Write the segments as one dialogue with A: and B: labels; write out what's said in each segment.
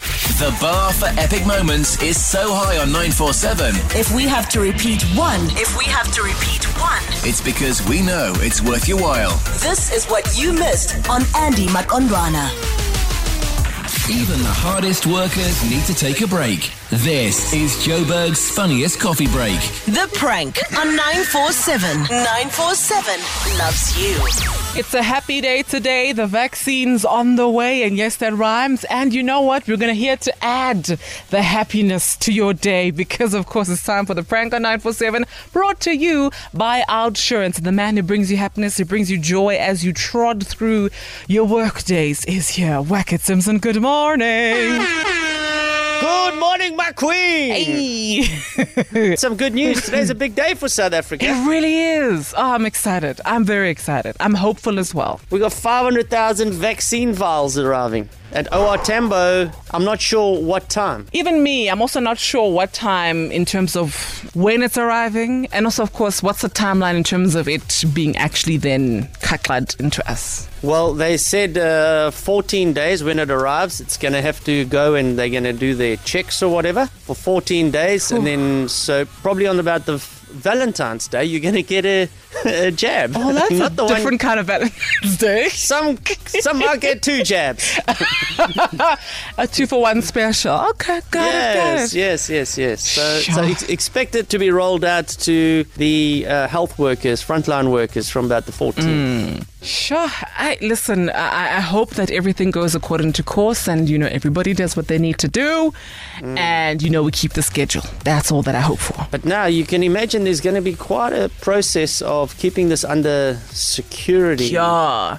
A: The bar for epic moments is so high on 947,
B: If we have to repeat one,
C: If we have to repeat one,
A: it's because we know it's worth your while.
B: this is what you missed on Andy Makondwana.
A: Even the hardest workers need to take a break. This is Joburg's funniest coffee break.
B: The prank on 947. 947 loves you.
D: It's a happy day today. The vaccine's on the way, and yes, that rhymes. And you know what? We're going to here to add the happiness to your day because, of course, it's time for the prank on 947 brought to you by Outsurance. The man who brings you happiness, who brings you joy as you trod through your work days is here. Wackett Simpson, good morning.
E: Good morning, my queen.
D: Hey.
E: Some good news. Today's a big day for South Africa.
D: It really is. Oh, I'm excited. I'm very excited. I'm hopeful as well.
E: We got 500,000 vaccine vials arriving at OR Tambo. I'm not sure what time.
D: even me, I'm also not sure what time in terms of when it's arriving, and also, of course, what's the timeline in terms of it being actually then kaklad into us.
E: Well, they said uh, 14 days when it arrives. It's going to have to go and they're going to do their checks or whatever for 14 days. And then, so probably on about the f- Valentine's Day, you're going to get a, a jab.
D: Oh, that's
E: not
D: a
E: the
D: different
E: one.
D: kind of Valentine's Day.
E: Some, some might get two jabs.
D: a two for one special. Okay, got
E: yes,
D: it, got it.
E: yes, yes, yes. So, so
D: Sure.
E: ex- expect it to be rolled out to the uh, health workers, frontline workers, from about the 14th.
D: Mm. Sure. I listen. I, I hope that everything goes according to course, and you know everybody does what they need to do,
E: Mm.
D: and you know we keep the schedule. That's all that I hope for.
E: But now you can imagine there's going to be quite a process of keeping this under security.
D: Yeah.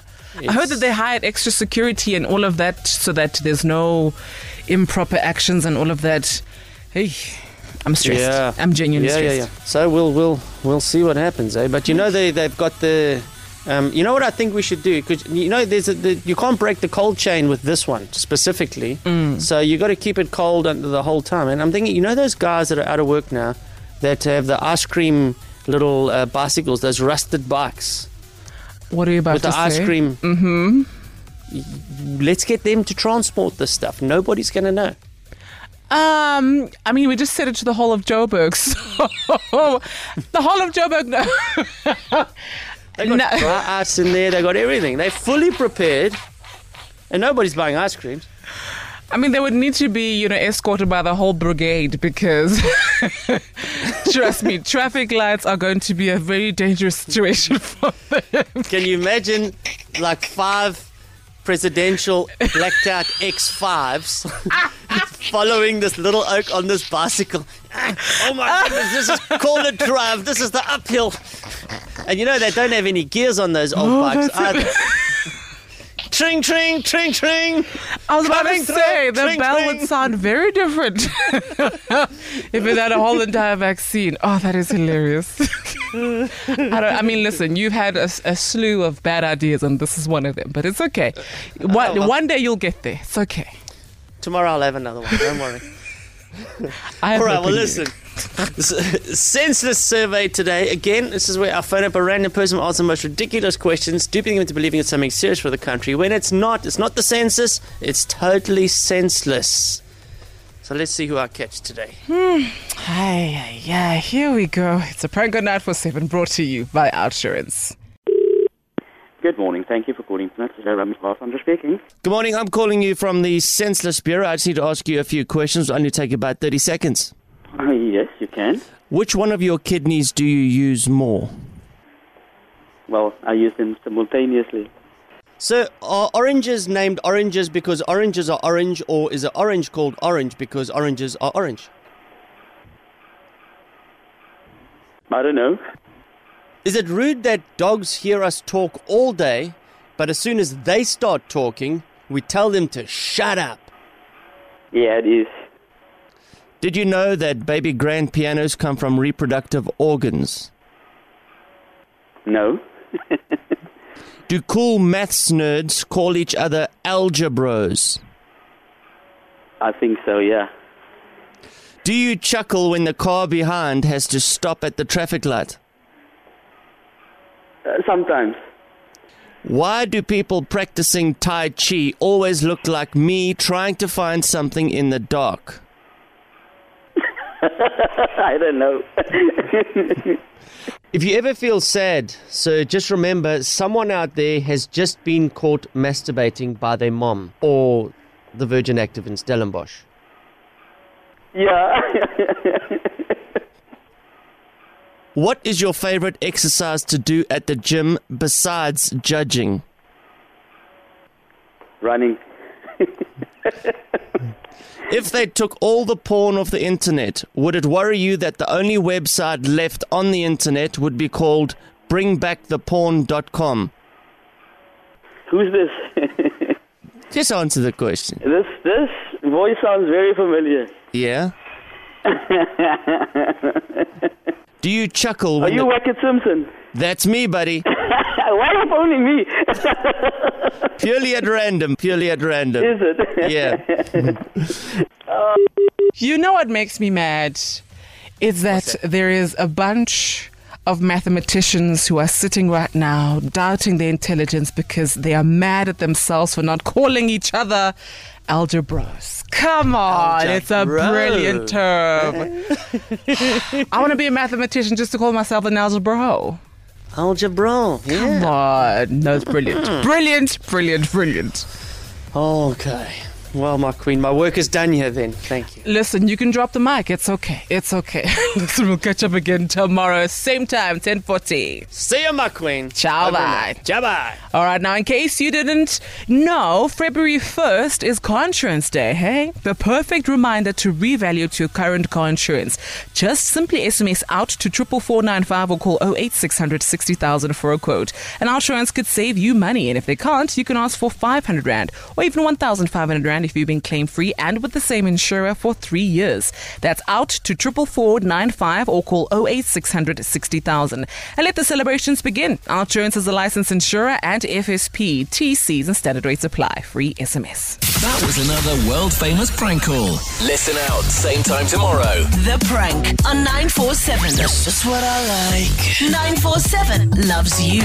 D: I heard
E: It's-
D: that they hired extra security and all of that so that there's no improper actions and all of that. Hey, I'm stressed.
E: Yeah.
D: I'm genuinely
E: yeah,
D: stressed.
E: yeah, yeah. So we'll we'll we'll see what happens, eh? But you
D: Mm.
E: know they they've got the. Um, you know what I think we should do? 'Cause you know, there's a, the, you can't break the cold chain with this one specifically.
D: Mm.
E: So you got to keep it cold under the whole time. And I'm thinking, you know, those guys that are out of work now, that have the ice cream little uh, bicycles, those rusted bikes
D: What are you about
E: with
D: to
E: the ice
D: say?
E: cream. Mm-hmm. Let's get them to transport this stuff. Nobody's gonna know.
D: Um, I mean, we just said it to the whole of Joburg. So the whole of Joburg. No.
E: They got
D: No.
E: dry ice in there. They got everything. They're fully prepared, and nobody's buying ice creams.
D: I mean, they would need to be, you know, escorted by the whole brigade because, trust me, traffic lights are going to be a very dangerous situation for them.
E: Can you imagine, like five presidential blacked out X fives following this little oak on this bicycle? Oh my goodness! This is called a drive. This is the uphill, and you know they don't have any gears on those old bikes either. Tring, tring, tring, tring.
D: I was about
E: Coming
D: to say
E: through.
D: the
E: Tring,
D: bell
E: tring.
D: would sound very different if it had a whole entire vaccine. Oh, that is hilarious. I, don't, I mean, listen, you've had a, s- a slew of bad ideas, and this is one of them. But it's okay. One,
E: well-
D: one day you'll get there. It's okay.
E: Tomorrow I'll have another one. Don't worry.
D: I have
E: All right,
D: hope
E: well,
D: in you.
E: listen. S- Senseless survey today. Again, this is where I phone up a random person, ask the most ridiculous questions, duping them into believing it's something serious for the country. When it's not, it's not the census, it's totally senseless. So let's see who I catch today.
D: Hi, yeah, here we go. It's a prank on night for seven, brought to you by Outsurance.
F: Good morning. Thank you for calling tonight. Hello, Ramesh Varsandra speaking.
E: Good morning, I'm calling you from the Senseless Bureau. I just need to ask you a few questions. Only take about 30 seconds.
F: Uh, yes, you can.
E: Which one of your kidneys do you use more?
F: Well, I use them simultaneously.
E: So, are oranges named oranges because oranges are orange, or is an orange called orange because oranges are orange?
F: I don't know.
E: Is it rude that dogs hear us talk all day, but as soon as they start talking, we tell them to shut up?
F: Yeah, it is.
E: Did you know that baby grand pianos come from reproductive organs?
F: No.
E: Do cool maths nerds call each other algebros?
F: I think so, yeah.
E: Do you chuckle when the car behind has to stop at the traffic light?
F: Uh, sometimes.
E: Why do people practicing Tai Chi always look like me trying to find something in the dark?
F: I don't know.
E: If you ever feel sad, so just remember someone out there has just been caught masturbating by their mom or the Virgin Active in Stellenbosch.
F: yeah.
E: What is your favorite exercise to do at the gym besides judging?
F: Running.
E: If they took all the porn off the internet, would it worry you that the only website left on the internet would be called bringbacktheporn.com?
F: Who's this?
E: Just answer the question.
F: this this voice sounds very familiar.
E: Yeah? do you chuckle
F: Are
E: when
F: you
E: the-
F: Wackett Simpson?
E: That's me, buddy.
F: Why are you phoning me?
E: Purely at random, purely at random.
F: Is it?
E: Yeah.
D: You know what makes me mad? Is that there is a bunch of mathematicians who are sitting right now doubting their intelligence because they are mad at themselves for not calling each other algebras. Come on, it's a
E: Algebra.
D: brilliant term. I want to be a mathematician just to call myself an algebra.
E: Algebra.
D: Come on. No, it's brilliant. Brilliant, brilliant, brilliant.
E: Okay. Well, my queen, my work is done here then. Thank you.
D: Listen, you can drop the mic. It's okay. It's okay. Listen, we'll catch up again tomorrow, same time, 10:40.
E: See you, my queen.
D: Ciao, bye.
E: Jabba.
D: All right, now in case you didn't know, February 1st is car insurance day, hey? The perfect reminder to revalue your current car insurance. Just simply SMS out to 44495 or call 08600 60000 for a quote. And our insurance could save you money, and if they can't, you can ask for 500 Rand or even 1500 Rand if you've been claim free and with the same insurer for three years. That's out to 44495 or call 08600 60000. And let the celebrations begin. Our insurance is a licensed insurer and FSP. TCs and standard rates apply. Free SMS.
A: That was another world famous prank call. Listen out, same time tomorrow.
B: The prank on 947. That's just what I like. 947 loves you.